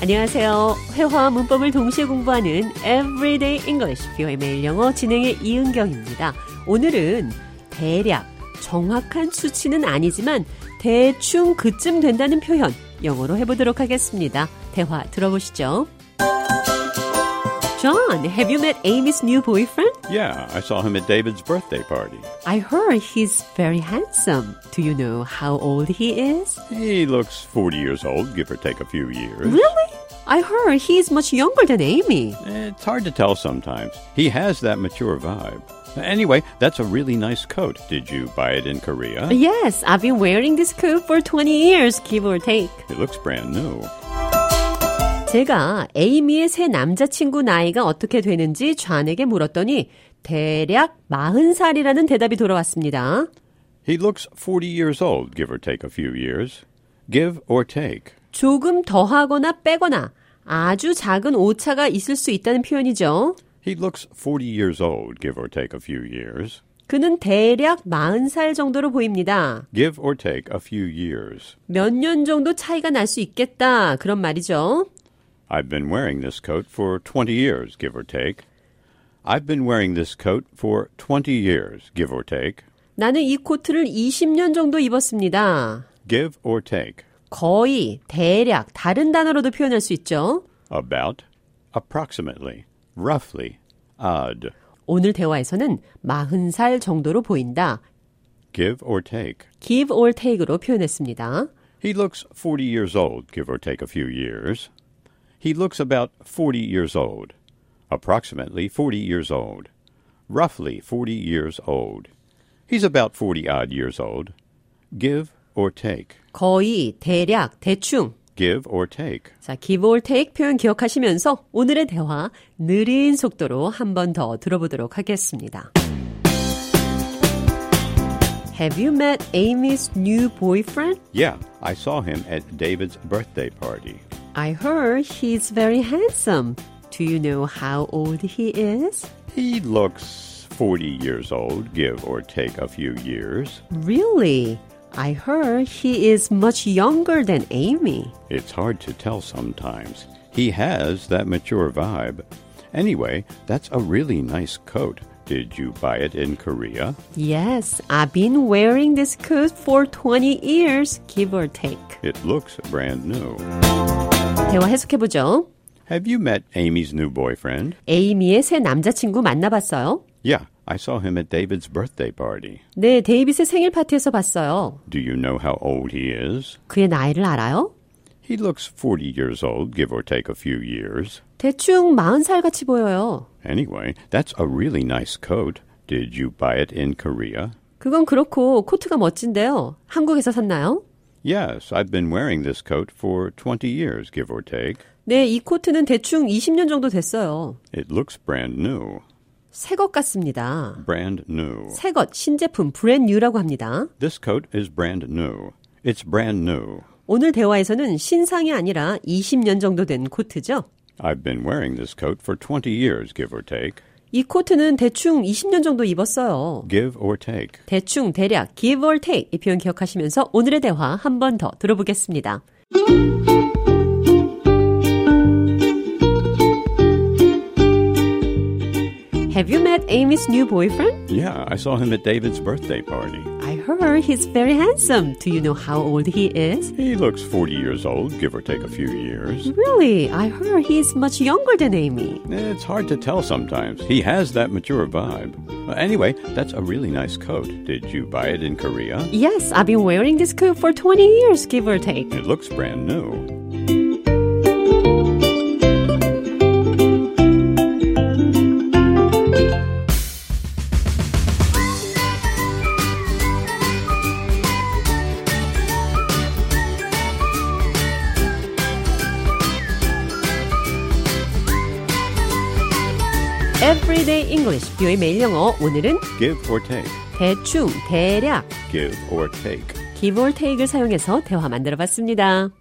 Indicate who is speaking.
Speaker 1: 안녕하세요. 회화와 문법을 동시에 공부하는 Everyday English 뷰의 매일 영어 진행의 이은경입니다. 오늘은 대략 정확한 수치는 아니지만 대충 그쯤 된다는 표현 영어로 해보도록 하겠습니다. 대화 들어보시죠. John, have you met Amy's new boyfriend?
Speaker 2: Yeah, I saw him at David's birthday party.
Speaker 1: I heard he's very handsome. Do you know how old he is?
Speaker 2: He looks 40 years old, give or take a few years.
Speaker 1: Really? I heard he's much younger than Amy.
Speaker 2: It's hard to tell sometimes. He has that mature vibe. Anyway, that's a really nice coat. Did you buy it in Korea?
Speaker 1: Yes, I've been wearing this coat for 20 years, give or take.
Speaker 2: It looks brand new.
Speaker 1: 제가 에이미의 새 남자친구 나이가 어떻게 되는지 좌에게 물었더니 대략 40살이라는 대답이 돌아왔습니다.
Speaker 2: He looks 40 years old, give or take a few years. Give or take.
Speaker 1: 조금 더하거나 빼거나 아주 작은 오차가 있을 수 있다는 표현이죠.
Speaker 2: He looks 40 years old, give or take a few years.
Speaker 1: 그는 대략 40살 정도로 보입니다.
Speaker 2: Give or take a few years.
Speaker 1: 몇 년 정도 차이가 날 수 있겠다. 그런 말이죠.
Speaker 2: I've been wearing this coat for 20 years, give or take. I've been wearing this coat for 20 years, give or take.
Speaker 1: 나는 이 코트를 20년 정도 입었습니다.
Speaker 2: Give or take.
Speaker 1: 거의, 대략, 다른 단어로도 표현할 수 있죠.
Speaker 2: About. Approximately. Roughly. Odd.
Speaker 1: 오늘 대화에서는 40살 정도로 보인다.
Speaker 2: Give or take.
Speaker 1: give or take로 표현했습니다.
Speaker 2: He looks 40 years old, give or take a few years. He looks about 40 years old. Approximately 40 years old. Roughly 40 years old. He's about 40 odd years old. Give or take.
Speaker 1: 거의, 대략, 대충.
Speaker 2: Give or take.
Speaker 1: 자, give or take 표현 기억하시면서 오늘의 대화 느린 속도로 한 번 더 들어보도록 하겠습니다. Have you met Amy's new boyfriend?
Speaker 2: Yeah, I saw him at David's birthday party.
Speaker 1: I heard he's very handsome. Do you know how old he is?
Speaker 2: He looks 40 years old, give or take a few years.
Speaker 1: Really? I heard he is much younger than Amy.
Speaker 2: It's hard to tell sometimes. He has that mature vibe. Anyway, that's a really nice coat. Did you buy it in Korea?
Speaker 1: Yes, I've been wearing this coat for 20 years, give or take.
Speaker 2: It looks brand new.
Speaker 1: 대화 해석해보죠.
Speaker 2: Have you met Amy's new boyfriend?
Speaker 1: 에이미의 새 남자친구 만나봤어요?
Speaker 2: Yeah, I saw him at David's birthday party.
Speaker 1: 네, 데이빗의 생일 파티에서 봤어요.
Speaker 2: Do you know how old he is?
Speaker 1: 그의 나이를 알아요?
Speaker 2: He looks 40 years old, give or take a few years.
Speaker 1: 대충 40살 같이 보여요.
Speaker 2: Anyway, that's a really nice coat. Did you buy it in Korea?
Speaker 1: 그건 그렇고 코트가 멋진데요. 한국에서 샀나요?
Speaker 2: Yes, I've been wearing this coat for 20 years, give or take.
Speaker 1: 네, 이 코트는 대충 20년 정도 됐어요.
Speaker 2: It looks brand new.
Speaker 1: 새 것 같습니다.
Speaker 2: Brand new.
Speaker 1: 새 것, 신제품, 브랜 뉴라고 합니다.
Speaker 2: This coat is brand new. It's brand new.
Speaker 1: 오늘 대화에서는 신상이 아니라 20년 정도 된 코트죠.
Speaker 2: I've been wearing this coat for 20 years, give or take.
Speaker 1: 이 코트는 대충 20년 정도 입었어요.
Speaker 2: Give or take.
Speaker 1: 대충, 대략, give or take 이 표현 기억하시면서 오늘의 대화 한 번 더 들어보겠습니다. Have you met Amy's new boyfriend?
Speaker 2: Yeah, I saw him at David's birthday party.
Speaker 1: I heard he's very handsome. Do you know how old he is?
Speaker 2: He looks 40 years old, give or take a few years.
Speaker 1: Really? I heard he's much younger than Amy.
Speaker 2: It's hard to tell sometimes. He has that mature vibe. Uh, Anyway, that's a really nice coat. Did you buy it in Korea?
Speaker 1: Yes, I've been wearing this coat for 20 years, give or take.
Speaker 2: It looks brand new.
Speaker 1: Everyday English, 뷰의 매일 영어. 오늘은
Speaker 2: Give or take.
Speaker 1: 대충, 대략,
Speaker 2: Give or take.
Speaker 1: give or take을 사용해서 대화 만들어 봤습니다.